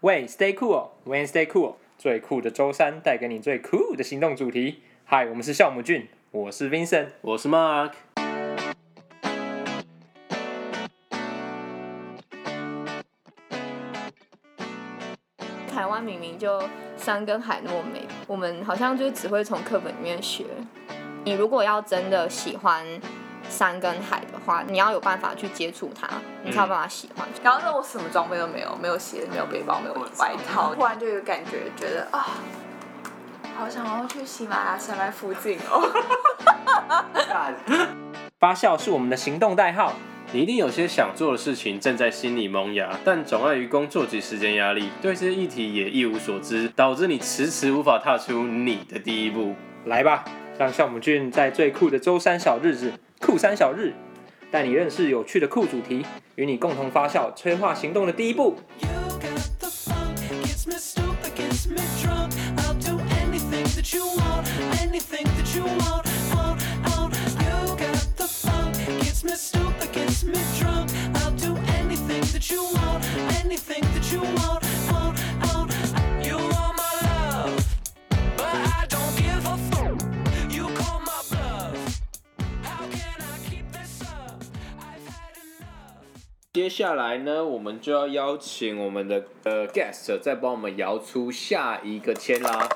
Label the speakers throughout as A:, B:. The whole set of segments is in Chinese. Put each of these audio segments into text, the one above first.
A: 喂，Stay cool，When Stay cool，最酷的周三带给你最酷的行动主题。嗨，我们是酵母菌，我是 Vincent。
B: 我是 Mark。
C: 台湾明明就山跟海那么美，我们好像就只会从课本里面学。你如果要真的喜欢山跟海的话，你要有办法去接触它，你才有办法喜欢。
D: 然后那我什么装备都没有，没有鞋，没有背包，没有外套，突然就有感觉，觉得啊、好想要去喜马拉雅山脉附近哦。
A: 发酵是我们的行动代号，
B: 你一定有些想做的事情正在心里萌芽，但总碍于工作及时间压力，对这些议题也一无所知，导致你迟迟无法踏出你的第一步。
A: 来吧，让酵母菌在最酷的周三小日子——酷三小日，带你认识有趣的酷主题，与你共同发酵，催化行动的第一步。
E: You got the funk, gets me stupid, gets me drunk. I'll do anything that you want, anything that you want, want, want. You got the funk, gets me stupid, gets me drunk. I'll do anything that you want, anything that you want, want, want. You are my love, but I don't give a fuck. You call my bluff. How can I keep this up? I've had enough.
B: 接下来呢，我们就要邀请我们的呃 guest 再帮我们摇出下一个签啦。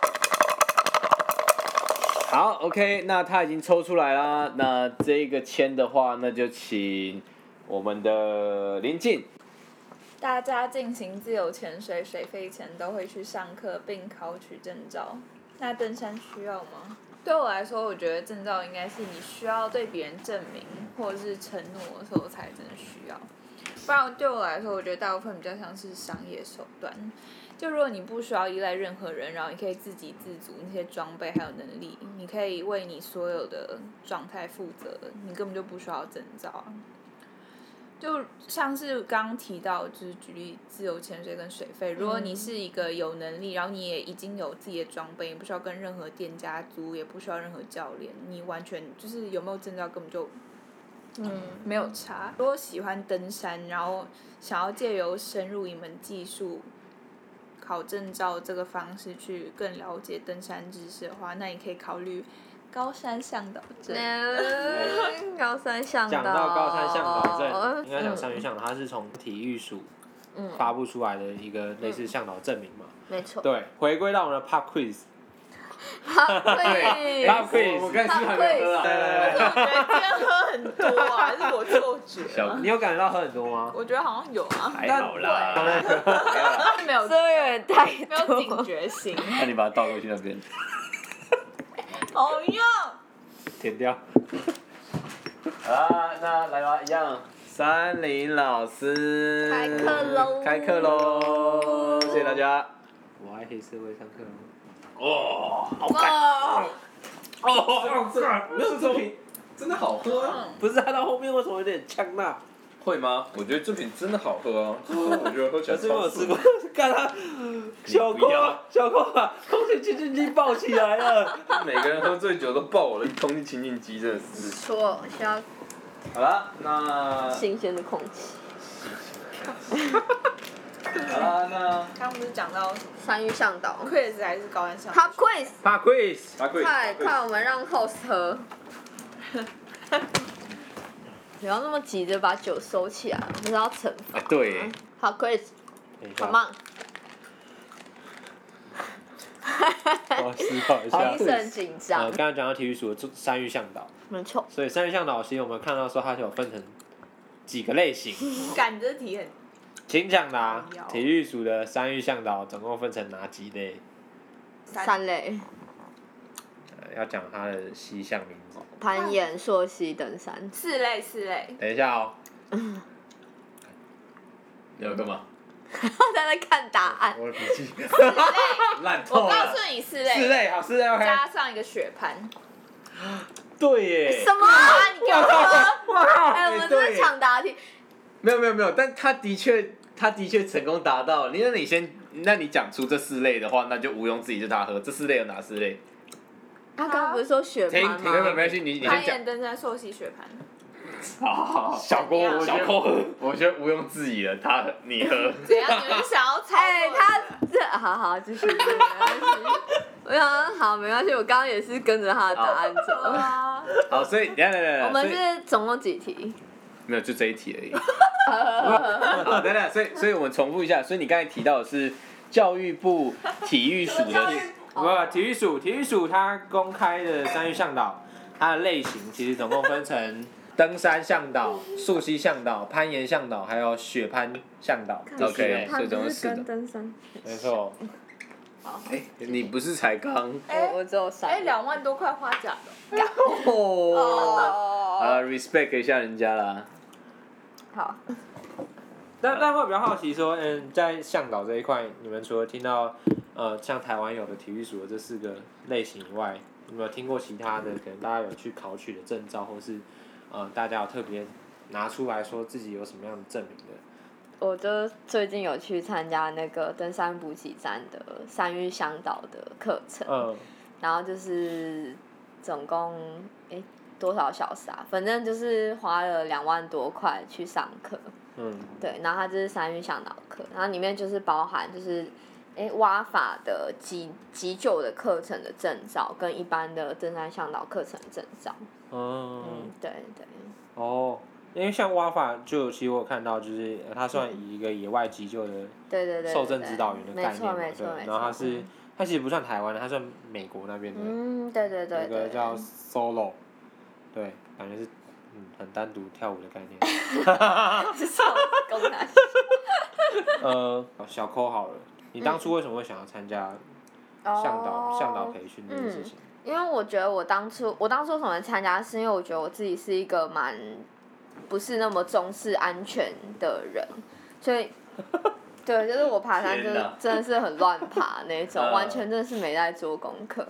B: 好，OK，那他已经抽出来啦。那这个签的话，那就请我们的林静。
D: 大家进行自由潜水、水肺前都会去上课并考取证照。那登山需要吗？对我来说，我觉得证照应该是你需要对别人证明或者是承诺的时候才真的需要，不然对我来说，我觉得大部分比较像是商业手段。就如果你不需要依赖任何人，然后你可以自给自足，那些装备还有能力，你可以为你所有的状态负责，你根本就不需要证照啊。就像是刚刚提到，就是举例自由潜水跟水费。如果你是一个有能力，然后你也已经有自己的装备，你不需要跟任何店家租，也不需要任何教练，你完全就是有没有证照根本就
C: 嗯，
D: 没有差。如果喜欢登山，然后想要借由深入一门技术、考证照这个方式去更了解登山知识的话，那你可以考虑高山向导证。
C: 嗯高山向导。
F: 讲到高山向导证，应该讲
C: 嗯
F: 山岳向导，它是从体育署
C: 嗯
F: 发布出来的一个类似向导证明嘛。
C: 没错。
F: 对，回归到我们的 Pub Quiz，Pub
C: 对
F: Quiz，我刚才是不是还没有喝啊？
D: 但是我觉得今天喝很多啊，还是我错觉
B: 小
D: 啊？
F: 你有感觉到喝很多吗？
D: 我觉得好像有啊，
B: 还好啦，
D: 但 没有
C: 这有点太
D: 没有警
C: 多。
D: 觉性。
B: 那你把它倒过去那边。
D: 哦哟，
F: 舔掉。
B: 啊，那来吧，一样。三林老师，
C: 开课喽
B: 开课喽！谢谢大家。
F: 我爱黑社会上课吗？
B: 哦，好
C: 哇，
F: 哦，这个没有这瓶，
B: 真的好喝啊！
C: 嗯
F: 不是它到后面为什么有点呛辣？
B: 会吗？我觉得这瓶真的好喝啊！我觉得喝起
F: 可
B: 来
F: 是
B: 超
F: 我有吃过，看它，小
B: 你不
F: 郭
B: 要
F: 啊，小郭把空气清净机抱起来了。
B: 每个人喝醉酒都爆我的空气清净机，真的是。
C: 错，需要
B: 好了，那
C: 新鲜的空气。
B: 好了，那
D: 刚刚不是讲到
C: 山岳向导。
D: quiz 还是高山向导？
C: 好 quiz，
F: Pub Quiz。
B: 阿贵，
C: 快快，我们让 host 喝。 不要那么急着把酒收起来，我们是要惩罚。
B: 啊对，
C: 好，quiz，
F: 等一下
C: 好棒。
F: 我思考一
C: 好，
F: 下
C: 医。生紧
F: 呃，
C: 张
F: 刚，刚讲到体育署的山域向导，
C: 没错。
F: 所以山域向导其实我们看到说它是有分成几个类型，
D: 感觉题很
F: 请讲啦
D: 哎呦。
F: 体育署的山域向导总共分成哪几类？
C: 三类：
F: 呃要讲它的西项名字。
C: 攀岩、溯溪、登山。
D: 四类四类，
F: 等一下哦，
B: 你要干嘛？
C: 在那看答案，
F: 我的笔记
B: 烂
C: 哦
D: 我
B: 透
D: 告
B: 了。
D: 诉你四
F: 四
D: 类，
F: 类，好，四类 OK。
D: 加上一个雪盘。
F: 对耶
C: 什。么？你给我喝！
F: 哇靠！
C: 哎，我
F: 哎
C: 们这
F: 对
C: 是
F: 耶
C: 抢答题。
B: 没有没有没有，但他的确他的确成功达到。你那你先，那你讲出这四类的话，那就毋庸置疑，就他喝。这四类有哪四类？
C: 他刚刚不是说雪
B: 停
C: 攀
B: 停，没有没
C: 吗？
B: 有没关系，你你
D: 攀
B: 先讲
D: 岩、。登山、溯溪、雪盘。
B: 好好好，小
C: 郭我觉得
B: 小郭喝，我觉得毋庸置疑了，他喝你喝。
D: 怎样？你们想要猜
C: 哎，
D: 我？
C: 他好好，继续，没关系。我想好，没关系，我刚刚也是跟着他的答案
B: 哦
C: 走。
D: 啊，
B: 好，所以等一下等一下等一下，
C: 我们
B: 所以
C: 是总共几题？
B: 没有就这一题 而已。好，等等，所以所以我们重复一下，所以你刚才提到的是教育部体育署的，
F: 不，体育署，体育署它公开的山域向导，它的类型其实总共分成 登山向导、溯溪向导、攀岩向导，还有雪攀向导。
B: 看 OK，
C: 他
B: 哎所以总
C: 不
B: 共
C: 是
B: 四
C: 跟
B: 个
C: 登山，
F: 没错，
B: 你不是才刚
D: 哎
C: 我我只有三。
D: 哎，两万多块花甲的
B: 哦，
D: 哦，
B: 啊，respect 一下人家啦。
C: 好，
F: 但但会比较好奇说，嗯，在向导这一块，你们除了听到呃像台湾有的体育署的这四个类型以外，有没有听过其他的？可能大家有去考取的证照，或是呃大家有特别拿出来说自己有什么样的证明的？
C: 我就最近有去参加那个登山补给站的山域向导的课程，
B: 呃
F: 嗯，
C: 然后就是总共哎、诶多少小时啊？反正就是花了两万多块去上课。
F: 嗯，
C: 对，然后它就是三运向导课，然后里面就是包含就是，诶挖法的急急救的课程的证照，跟一般的登山向导课程的证照。
F: 哦、
C: 嗯，对对，
F: 哦，因为像挖法就其实我有看到，就是呃它算以一个野外急救的
C: 对对对对。
F: 受证
C: 对
F: 指导员的
C: 没
F: 概念
C: 错
F: 嘛，
C: 没错
F: 对
C: 没，
F: 然后它
C: 错
F: 是它其实不算台湾的，它算美国那边的。
C: 嗯，对对对
F: 有
C: 对嗯
F: 个叫
C: 对。
F: solo，对，感觉是嗯很单独跳舞的概念。
C: 是什么功能？
F: 呃，小抠好了，你当初为什么会想要参加向导、向导
C: 哦
F: 培训这件事情？
C: 因为我觉得我当初我当初为什么参加，是因为我觉得我自己是一个蛮不是那么重视安全的人，所 以对，就是我爬山真
B: 天哪
C: 的真的是很乱爬那种，
B: 嗯
C: 完全真的是没在做功课。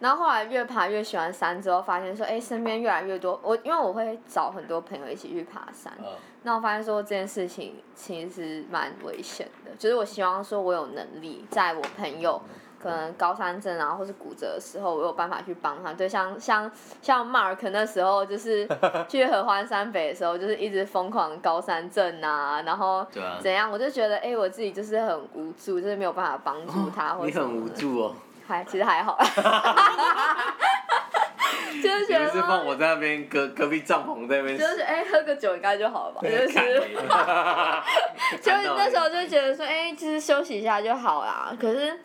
C: 然后后来越爬越喜欢山之后，发现说，哎，身边越来越多我，因为我会找很多朋友一起去爬山，
B: 嗯
C: 那我发现说这件事情其实蛮危险的，就是我希望说我有能力，在我朋友可能高山症啊，或是骨折的时候，我有办法去帮他。对，像像像 Mark 那时候就是 去合欢山北的时候，就是一直疯狂高山症啊，然后
B: 对啊
C: 怎样，我就觉得哎、我自己就是很无助，就是没有办法帮助他，或
B: 哦你
C: 者什
B: 很
C: 么
B: 无
C: 的，
B: 助哦，
C: 还其实还 好， 就是
B: 你
C: 觉得
B: 不是放我在那边隔隔壁帐篷在那边
C: 就是哎、喝个酒应该就好了吧，就是。 就是那时候就觉得说，哎、其实休息一下就好啦。可是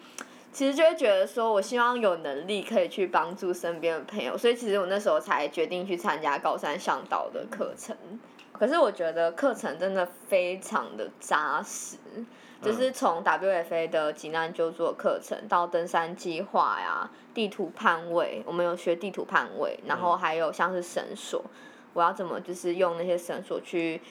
C: 其实就会觉得说，我希望有能力可以去帮助身边的朋友，所以其实我那时候才决定去参加高山向导的课程。可是我觉得课程真的非常的扎实，就是从 WFA 的急难救助的课程到登山计划呀、地图判位，我们有学地图判位，然后还有像是绳索，我要怎么就是用那些绳索去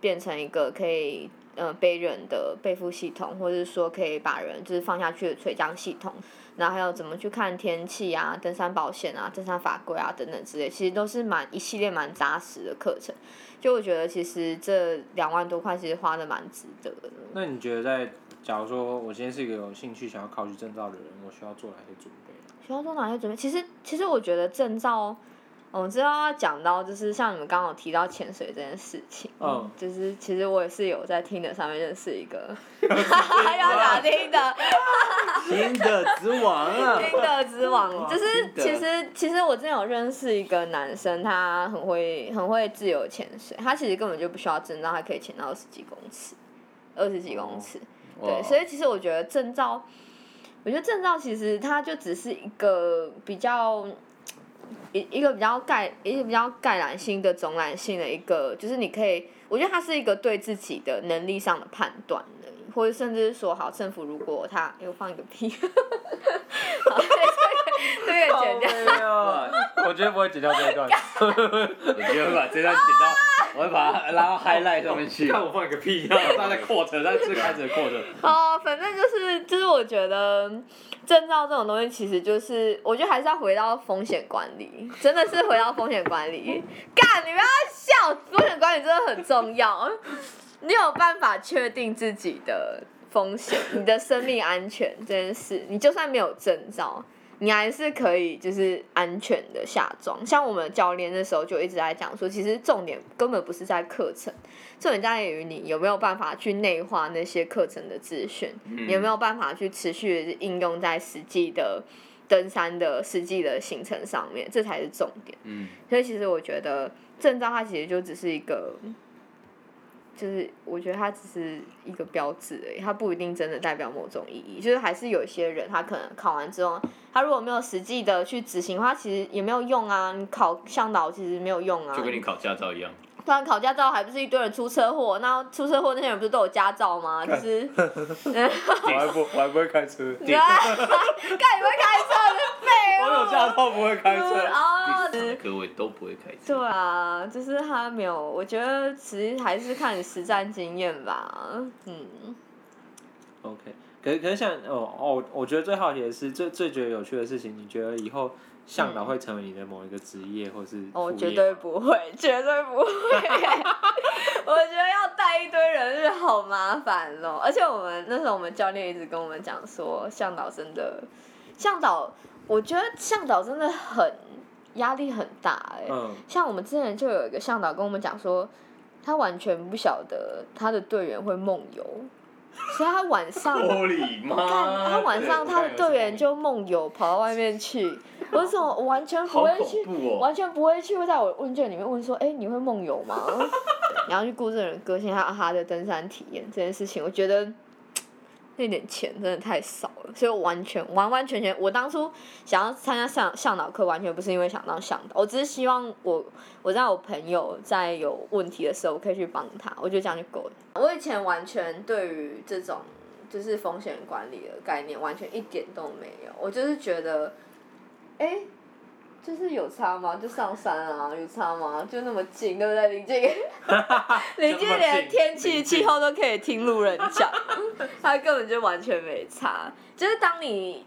C: 变成一个可以呃背人的背负系统，或者是说可以把人就是放下去的垂降系统，然后还有怎么去看天气啊、登山保险啊、登山法规啊等等之类，其实都是蛮一系列蛮扎实的课程。就我觉得其实这两万多块其实花的蛮值得的。
F: 那你觉得在假如说我今天是一个有兴趣想要考取证照的人，我需要做哪些准备？
C: 学校做哪些准备？其实，其实我觉得证照，我知道要讲到就是像你们刚刚有提到潜水这件事情，
F: 嗯，
C: 就是其实我也是有在听的上面认识一个， 要打听 的，
B: 新的之王 啊，
C: 听的之王，就是
B: 听的
C: 其实其实我之前有认识一个男生，他很会很会自由潜水，他其实根本就不需要证照，他可以潜到二十几公尺，二十几
B: 哦
C: 公尺。对，所以其实我觉得证照，我觉得证照其实它就只是一个比较。一一个比较概一个比较概览性的总览性的一个，就是你可以，我觉得它是一个对自己的能力上的判断而已或者甚至是说，好，政府如果他，哎、我放一个屁， 好， 这个这个剪掉，
B: 哇
F: 我觉得不会剪掉这一段。
B: 我觉得把这段剪到，我会把它拉到 highlight 上面去。
F: 看我放一个屁，啊 然后他在 quote，他最开始的 quote。
C: 哦，反正就是就是，我觉得证照这种东西，其实就是我觉得还是要回到风险管理，真的是回到风险管理。干，你不要笑，风险管理真的很重要。你有办法确定自己的风险，你的生命安全这件事，你就算没有证照，你还是可以就是安全的下庄。像我们教练那时候就一直在讲说，其实重点根本不是在课程，重点在于你有没有办法去内化那些课程的资讯，
B: 嗯
C: 你有没有办法去持续地应用在实际的登山的实际的行程上面，这才是重点。
B: 嗯，
C: 所以其实我觉得证照它其实就只是一个，就是我觉得它只是一个标志而已，它不一定真的代表某种意义。就是还是有一些人他可能考完之后，他如果没有实际的去执行的话，其实也没有用啊。你考向导其实没有用啊，
B: 就跟你考驾照一样，
C: 突然考驾照还不是一堆人出车祸？那出车祸那些人不是都有驾照吗？就是
F: 我还不我还不会开 车，
C: 你啊，看你会开车的废物。
F: 我有驾照不会开 车。
C: 哦，
B: 地上的 各位都不会开车。
C: 对啊，就是他没有，我觉得其实还是看你实战经验吧。嗯，
F: OK，可是可是像哦哦，我觉得最好奇的是，最最觉得有趣的事情，你觉得以后向导会成为你的某一个职业或是
C: 嗯哦我、
F: 副
C: 绝
F: 业
C: 对
F: 吗
C: 不会，绝对不会。我觉得要带一堆人是好麻烦咯，而且我们那时候我们教练一直跟我们讲说，向导真的，向导，我觉得向导真的很压力很大哎、
F: 嗯
C: 像我们之前就有一个向导跟我们讲说，他完全不晓得他的队员会梦游，所以他晚上
B: Holy
C: 干他
B: 妈！
C: 晚上他的队员就梦游跑到外面去，我怎么我完全不会去
B: 好恐，怖哦
C: 完全不会去会在我问卷里面问说，哎、你会梦游吗？ 你要去顾这个人个性，还有他的登山体验这件事情，我觉得那点钱真的太少了，所以我完全完完全全，我当初想要参加向向导课，完全不是因为想当向导，我只是希望我我在我朋友在有问题的时候，我可以去帮他，我觉得这样就够了。我以前完全对于这种就是风险管理的概念，完全一点都没有。我就是觉得，哎、就是有差吗？就上山啊，有差吗？就那么近，对不对？林近， 林近连天气、气候都可以听路人讲，他根本就完全没差。就是当你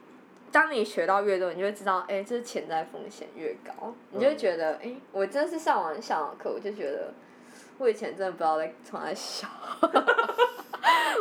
C: 当你学到越多，你就会知道，哎、这潜在风险越高，你
B: 嗯
C: 就会觉得，哎、我真的是上完向导课，我就觉得。我以前真的不知道在从哪笑，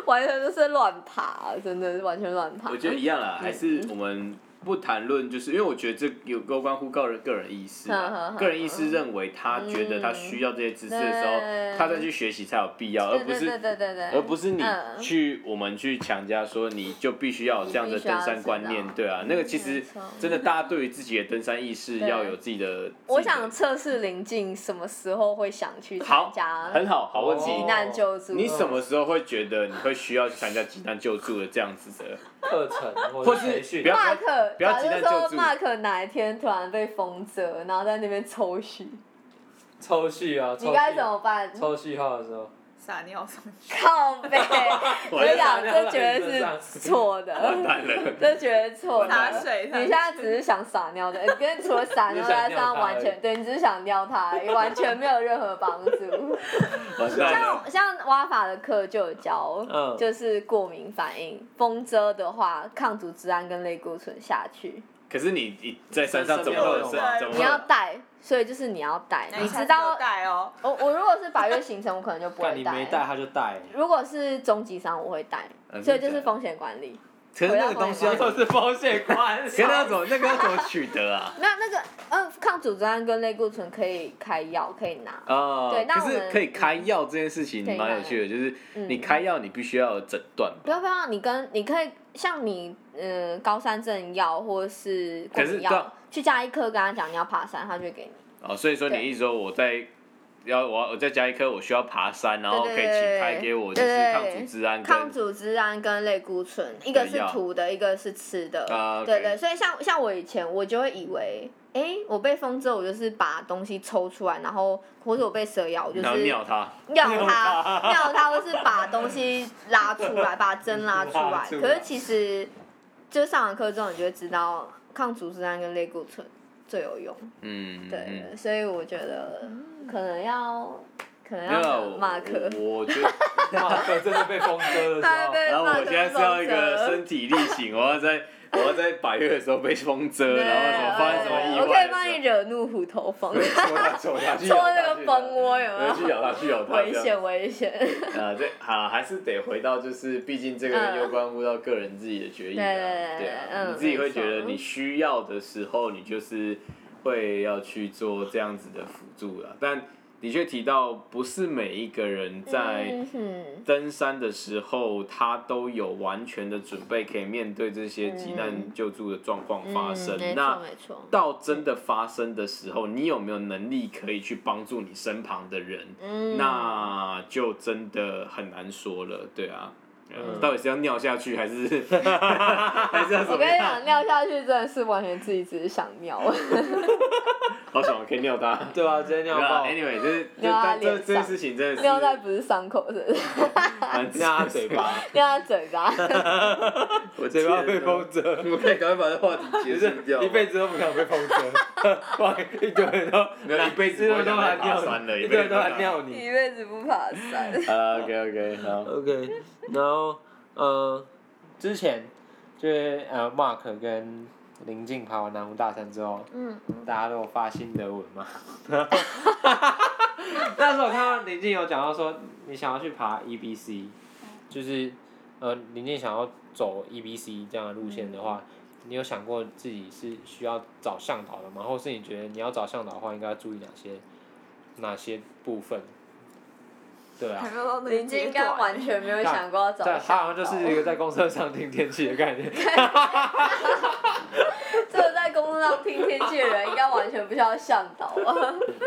C: 完全就是乱爬，真的是完全乱爬。
B: 我觉得一样啦，还
C: 嗯
B: 是我们不谈论，就是因为我觉得这有攸关乎个人个人意识啊
C: 嗯嗯嗯，
B: 个人意识认为他觉得他需要这些知识的时
C: 嗯
B: 候，他再去学习才有必要，
C: 对
B: 而不
C: 对对
B: 是
C: 对对对，
B: 而不是你
C: 嗯
B: 去我们去强加说你就必须要有这样的登山观
C: 你必须要知
B: 念
C: 道，
B: 对啊，那个其实
C: 嗯没错
B: 真的大家对于自己的登山意识
C: 对
B: 要有自己的。
C: 我
B: 自己的
C: 想测试林静什么时候会想去参
B: 好
C: 加，
B: 很好，好问题。
C: 急难救助。
B: 你什么时候会觉得你会需要去参加急难救助的这样子的？
F: 课程
B: 或
F: 或
B: 是
F: 培训
B: 不要
C: 马克，
B: 不要
C: 假
B: 急
C: 如
B: 难
C: 说
B: 救助
C: 马克哪一天突然被封责，然后在那边抽血，
F: 抽序啊，抽
C: 你该
F: 序
C: 怎么办？
F: 抽序号的时候，
D: 撒尿上去。
C: 靠背， 我跟你
B: 啊
C: 讲，这绝
F: 我在
C: 对
F: 想
C: 是错的。
B: 完了，
C: 这绝对错的。
D: 打水他
C: 你现在只是想撒尿的，你跟除了撒尿在身上完全对你只是想尿它，也完全没有任何帮助。
B: 完蛋了。
C: 像像挖法的课就有教，
F: 嗯
C: 就是过敏反应，风遮的话，抗组织胺跟类固醇下去，
B: 可是你你在山上怎么会有
F: 山上
B: 怎么
C: 你
B: 会有
C: 要带，所以就是你要带，
D: 那
C: 你
D: 下次
C: 知道
D: 就，带哦，
C: 我我如果是百月行程，我可能就不
F: 但
C: 会
F: 你没带他就带，
C: 如果是终极伤，我会带，
B: 嗯
C: 所以就是
B: 真的假的
C: 风险管理。
B: 可是那个东西要怎么？
F: 是保险观。
B: 可是啊那要怎么那个要怎么取得啊？
C: 没有那个，嗯，抗组织胺跟类固醇可以开药，可以拿。
B: 啊，
C: 对那
B: 可
C: 我们
B: 是可以开药这件事情
C: 可以
B: 蛮有趣的，就是
C: 嗯
B: 你开药你必须要有诊断吧。
C: 不要不要，你跟你可以像你呃高山症药或是过
B: 可是
C: 敏
B: 对
C: 药
B: 啊，
C: 去加一颗跟他讲你要爬山，他就会给你。
B: 哦，所以说你
C: 对
B: 意思说我在要我要我再加一颗，我需要爬山，然后可
C: 对
B: 以
C: 对对对
B: 请开给我就
C: 对
B: 是
C: 对
B: 抗组织胺
C: 抗
B: 跟
C: 组织胺跟类固醇，一个是涂的，一个是吃的。
B: 啊，OK
C: 对对，所以像像我以前我就会以为，哎，我被封之后，我就是把东西抽出来，然后或者我被蛇咬，我就
B: 然后
C: 是
B: 尿它。
C: 尿它， 尿它，或是把东西拉出来，把针拉出来
F: 拉。出来
C: 可是其实，就上完课之后，你就会知道抗组织胺跟类固醇最有用。
B: 嗯，
C: 对，
B: 嗯
C: 所以我觉得可能要可能
B: 没有啦
C: 要
B: 我
C: 马克。
B: 我我觉得，
F: 马克真的被风哥 的时
C: 他
F: 候，
C: 被
B: 然后
C: 骂
B: 我
C: 成
B: 现在是要一
C: 风
B: 个
C: 车
B: 身体力 行，我要在我要在百月的时候被风遮，
C: 对，
B: 然后啊什么发生什么意外的时候，
C: 我可以帮你惹怒虎头蜂，戳
B: 戳他戳他去咬他
C: 那个蜂窝有没
B: 对去
C: 有？
B: 咬他去咬他，
C: 危
B: 这样。
C: 险危险！
B: 啊呃，对，好，还是得回到就是，毕竟这个
C: 嗯
B: 攸关乎到个人自己的决议嘛，
C: 对对对
B: 对啊，
C: 嗯
B: 你自己会觉
C: 没
B: 得
C: 错
B: 你需要的时候，你就是会要去做这样子的辅助了。但的确提到，不是每一个人在
C: 嗯哼
B: 登山的时候，他都有完全的准备，可以面对这些急难救助的状况发生。
C: 嗯没错
B: 那
C: 没错，
B: 到真的发生的时候，你有没有能力可以去帮助你身旁的人？
C: 嗯
B: 那就真的很难说了，对啊。呃到底是要尿下去还是 还是
C: 嗯
B: 要
C: 我
B: 怎么
C: 跟你
B: 样？
C: 讲，尿下去真的是完全自己只是想尿，
B: 好爽，可以尿他。
F: 对啊，直接尿
B: 对啊
F: 爆，
B: ，anyway，这是这
C: 尿他
B: 但这
C: 脸
B: 这件
C: 上
B: 事情真的是
C: 尿在不是伤口，是不是
B: 蛮
F: 尿他嘴巴，
C: 尿在嘴 巴。
B: 我
F: 嘴巴被风
B: 筝， 我可以赶快把这话题结束 掉。
F: 一辈子都不想被风 筝，哇，一堆人都
B: 没有一辈子
F: 一
B: 不
F: 堆人都
B: 会想被
F: 来
B: 爬山
F: 尿
B: 了，
F: 你，
B: 一
F: 一堆
B: 辈子
F: 人
B: 不
F: 都
B: 会
F: 来。尿你。
C: 一辈子不爬山，
B: 好了，OK OK，好。呃
F: OK，然后呃，之前就是呃，Mark 跟林静爬完南湖大山之后，
C: 嗯，
F: 大家都有发心得文嘛。然后那时候我看到林静有讲到说，你想要去爬 EBC，就是呃，林静想要走 EBC 这样的路线的话，你有想过自己是需要找向导的吗？或是你觉得你要找向导的话，应该要注意哪些哪些部分？对啊
D: 还。没有到那 个
C: 林
D: 阶
C: 静刚
D: 段
C: 完全没有想过要找
F: 对，他好像
C: 向
F: 就
C: 导，
F: 是一个在公车上听天气的概念。
C: 这个在工作上听天气的人，应该完全不需要向导啊。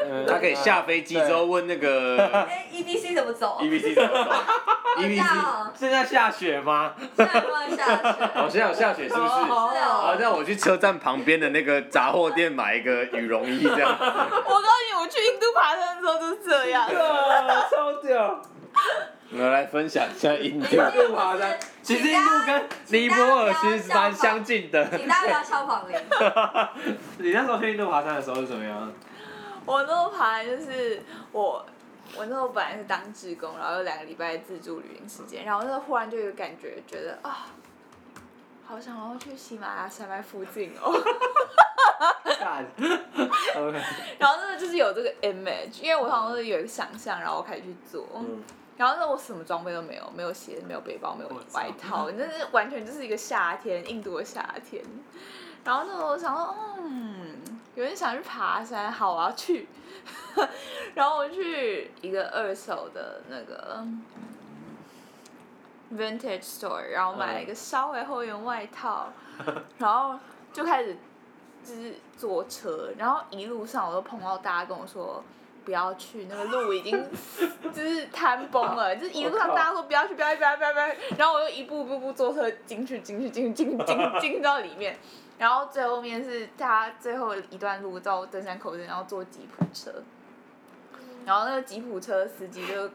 F: 嗯
B: 他可以下飞机之后问那 个
C: 哎，EDC 怎么走？
B: EBC 怎么走？EBC
C: 下，
F: 现在下雪吗？
C: 现在不能下去。
B: 好像有下雪是不是？
C: 是
D: 啊
C: 哦
B: 好，那我去车站旁边的那个杂货店买一个羽绒衣，这样。
D: 我告诉你，我去印度爬山的时候就是这样。
C: 啊
F: 哇，超屌！
B: 我们来分享一下印度。
F: 印度爬山，其实印度跟尼泊尔其实蛮相近的。
C: 请大家不要敲房 铃。
F: 你那时候去印度爬山的时候是怎么样？
D: 我那时候爬就是我，我那时候本来是当志工，然后有两个礼拜自助旅行时间，然后那时候忽然就有感觉，觉得啊、好想要去喜马拉雅山脉附近哦。
F: 干，OK，
D: 然后那个就是有这个 image，因为我好像是有一个想象，然后我开始去做。然后那我什么装备都没有，没有鞋，没有背包，没有外套， 那是完全就是一个夏天，印度的夏天。然后那时候我想说，嗯，有人想去爬山，好，我要去。 然后我去一个二手的那个 vintage store，然后买了一个稍微后援外套，然后就开始就是坐车，然后一路上我都碰到大家跟我说。不要去，那个路已经就是摊崩了，就是一路上大家说不要去，不要去，不要去，不要去不要去，然后我又一步一步步坐车进去，进去，进去，进去，进去进去到里面，然后最后面是大家最后一段路到登山口镇，然后坐吉普车，然后那个吉普车司机就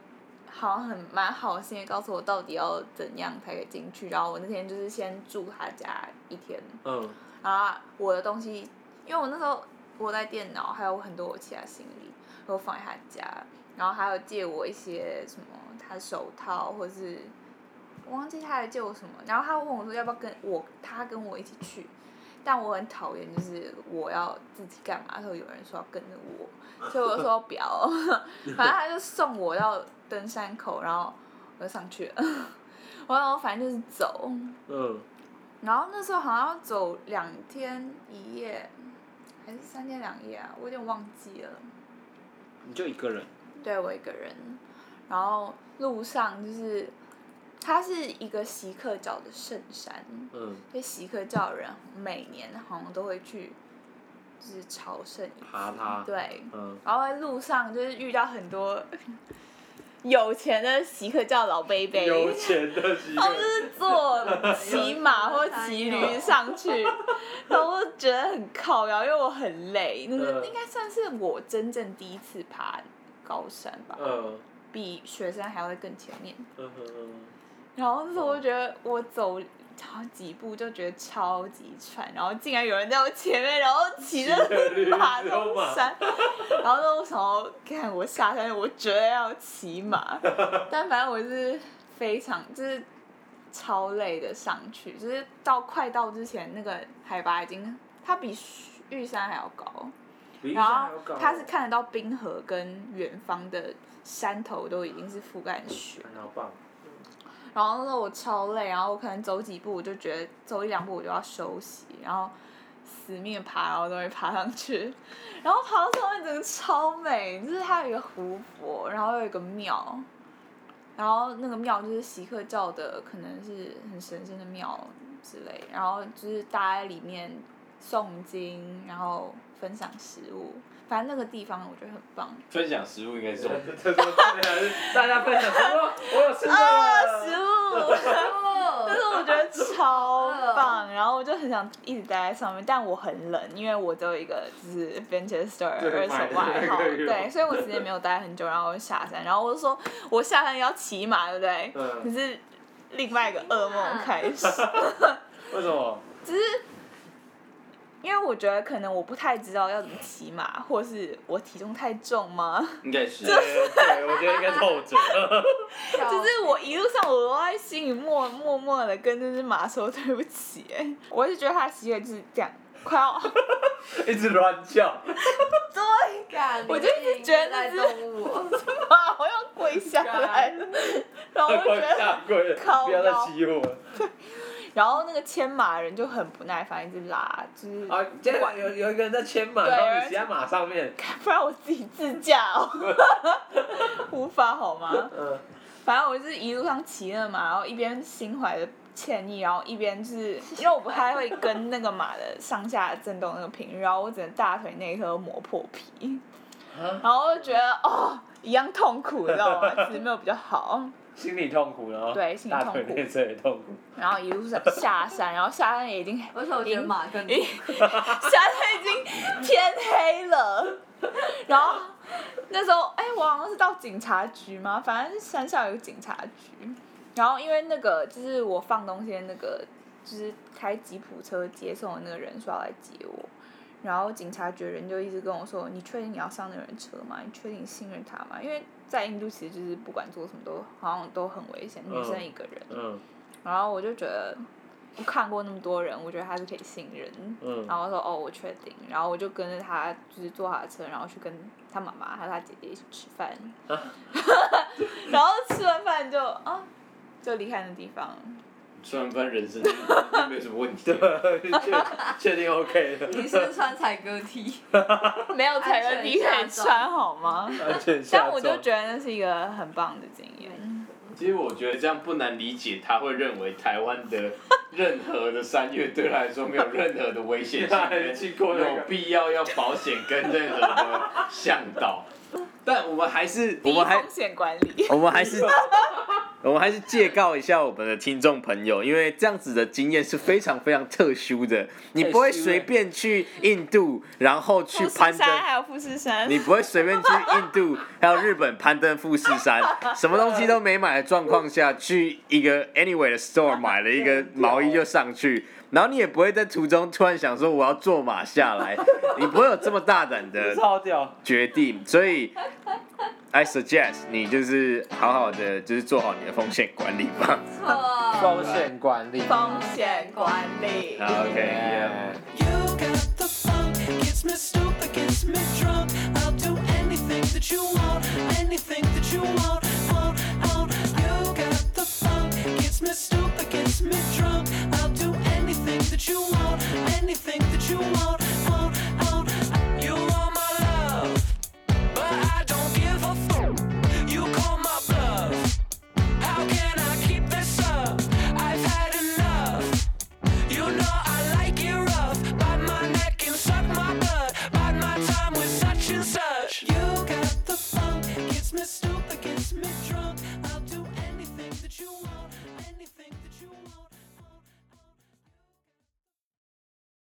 D: 好像很蛮好心的告诉我到底要怎样才可以进去，然后我那天就是先住他家一天，
F: 嗯，
D: 然后我的东西，因为我那时候我在电脑还有很多我其他行李都放在他家，然后还有借我一些什么他手套或是。我忘记他还借我什么，然后他问我说要不要跟我他跟我一起去，但我很讨厌，就是我要自己干嘛的时候有人说要跟着我，所以我就说不要，反正他就送我到登山口，然后我就上去了， 我然后反正就是走，
F: 嗯，
D: 然后那时候好像要走两天一夜，还是三天两夜啊，我有点忘记了。
F: 你就一个人，
D: 对我一个人，然后路上就是，它是一个锡克教的圣山，
F: 嗯，
D: 因为锡克教的人每年好像都会去，就是朝圣一次
F: 爬它
D: 对，
F: 嗯，
D: 然后在路上就是遇到很多 有钱的锡克教老贝贝，
F: 有钱的习
D: 他
F: 惯
D: 们就。是坐骑马或骑驴上去，然后我觉得很靠腰，因为我很累。那个
F: 嗯
D: 应该算是我真正第一次爬高山吧，
F: 嗯
D: 比雪山还要再更前面。
F: 嗯嗯嗯
D: 然后那时候我就觉得我走超几步就觉得超级喘，然后竟然有人在我前面，然后骑着
F: 骑着
D: 马
F: 驴走
D: 上
F: 马
D: 山，然后那时候看我下山，我觉得要骑马，但反正我是非常就是超累的上去，就是到快到之前那个海拔已经它比玉山还要高，然后它是看得到冰河跟远方的山头都已经是覆盖雪，
F: 看到棒，
D: 然后呢我超累，然后我可能走几步我就觉得走一两步我就要休息，然后死命爬，然后都会爬上去，然后爬到上面整个超美，就是它有一个湖泊，然后有一个庙，然后那个庙就是锡克教的，可能是很神圣的庙之类，然后就是大家在里面诵经，然后分享食物，反正那个地方我觉得很棒。
B: 分享食物应该是重点
A: 大家分享说，我有吃到
D: 啊，
A: 了
D: 食物，
C: 哦
D: 但是我觉得超棒，然后我就很想一直待在上面，但我很冷，因为我只有一个就是 Venture Store 二手外号，对，所以我时间没有待很久，然后我就下山，然后我就说我下山要骑马，对不对？
F: 嗯
D: 可是另外一个噩梦开始，
F: 为什么？
D: 只是。因为我觉得可能我不太知道要怎么骑马，或是我体重太重吗？
B: 应该是，对，我觉得应该是后 者。
D: 就是我一路上我都在心里默默默的跟那只马说对不起、哎，我就觉得它的喜悦就是这样，快要，
F: 一直乱叫，
D: 对，我就一直觉得那
C: 啊在
D: 只
C: 动物哦，
D: 马我要跪下来了，然后我就觉得，
F: 跪
D: 靠
F: 不要再欺我了。
D: 然后那个牵马的人就很不耐烦，一直拉，就是，
F: 啊，结果有有一个人在牵马，
D: 对
F: 然后你骑在马上面，
D: 不然我自己自驾哦，无法好吗？
F: 嗯，
D: 反正我就是一路上骑了嘛，然后一边心怀着歉意，然后一边就是因为我不太会跟那个马的上下震动那个频率，然后我整个大腿内侧都磨破皮，然后我就觉得哦，一样痛苦，你知道吗？其实没有比较好。
F: 心里痛苦，然后
D: 对心里
F: 大腿
D: 痛苦
F: 内侧也痛苦，
D: 然后一路上下山，然后下山也已经
C: 而且我觉得马更
D: 已下 山已经天黑了，然后那时候哎、我好像是到警察局嘛，反正山下有个警察局，然后因为那个就是我放东西的那个，就是开吉普车接送的那个人说要来接我。然后警察局的人就一直跟我说：“你确定你要上那个人车吗？你确定你信任他吗？”因为在印度其实就是不管做什么都好像都很危险，女生一个人。
F: 嗯
D: 然后我就觉得，我看过那么多人，我觉得他是可以信任。
F: 嗯
D: 然后说哦，我确定。然后我就跟着他，就是坐他的车，然后去跟他妈妈还有他姐姐一起吃 饭。然后吃完饭就啊，就离开那地方。
B: 吃完饭人生就 没有什么问题。
F: 确确定 OK 的，
C: 你是穿踩歌 T，
D: 没有踩个地可以穿好吗？
F: 安全下
D: 但我就
F: 装
D: 觉得那是一个很棒的经验。
B: 其实我觉得这样不难理解，他会认为台湾的任何的山岳对他来说没有任何的危险 性，
F: 他还去过那个
B: 有必要要保险跟任何的向导。但我们还是，我
D: 低
B: 们还
D: 风险管理。
B: 我们还是，我们还是借告一下我们的听众朋友，因为这样子的经验是非常非常特殊的，你不会随便去印度，然后去
D: 富
B: 攀
D: 士
B: 登。
D: 山还有富士 山，
B: 你不会随便去印度还有日本攀登富士山，什么东西都没买的状况下，去一个 anyway 的 store 买了一个毛衣就上去，然后你也不会在途中突然想说我要坐马下来，你不会有这么大胆的
F: 超屌，
B: 决定，所以 I suggest 你就是好好的就是做好你的风险管理吧。
F: 风险管理，
D: 风险管 理。
B: 好 OK，、
F: Yeah
E: You got the funk, gets me stupid, gets me drunk. I'll do anything that you want, anything that you want, want, want. You got the funk, gets me stupid, gets me drunk.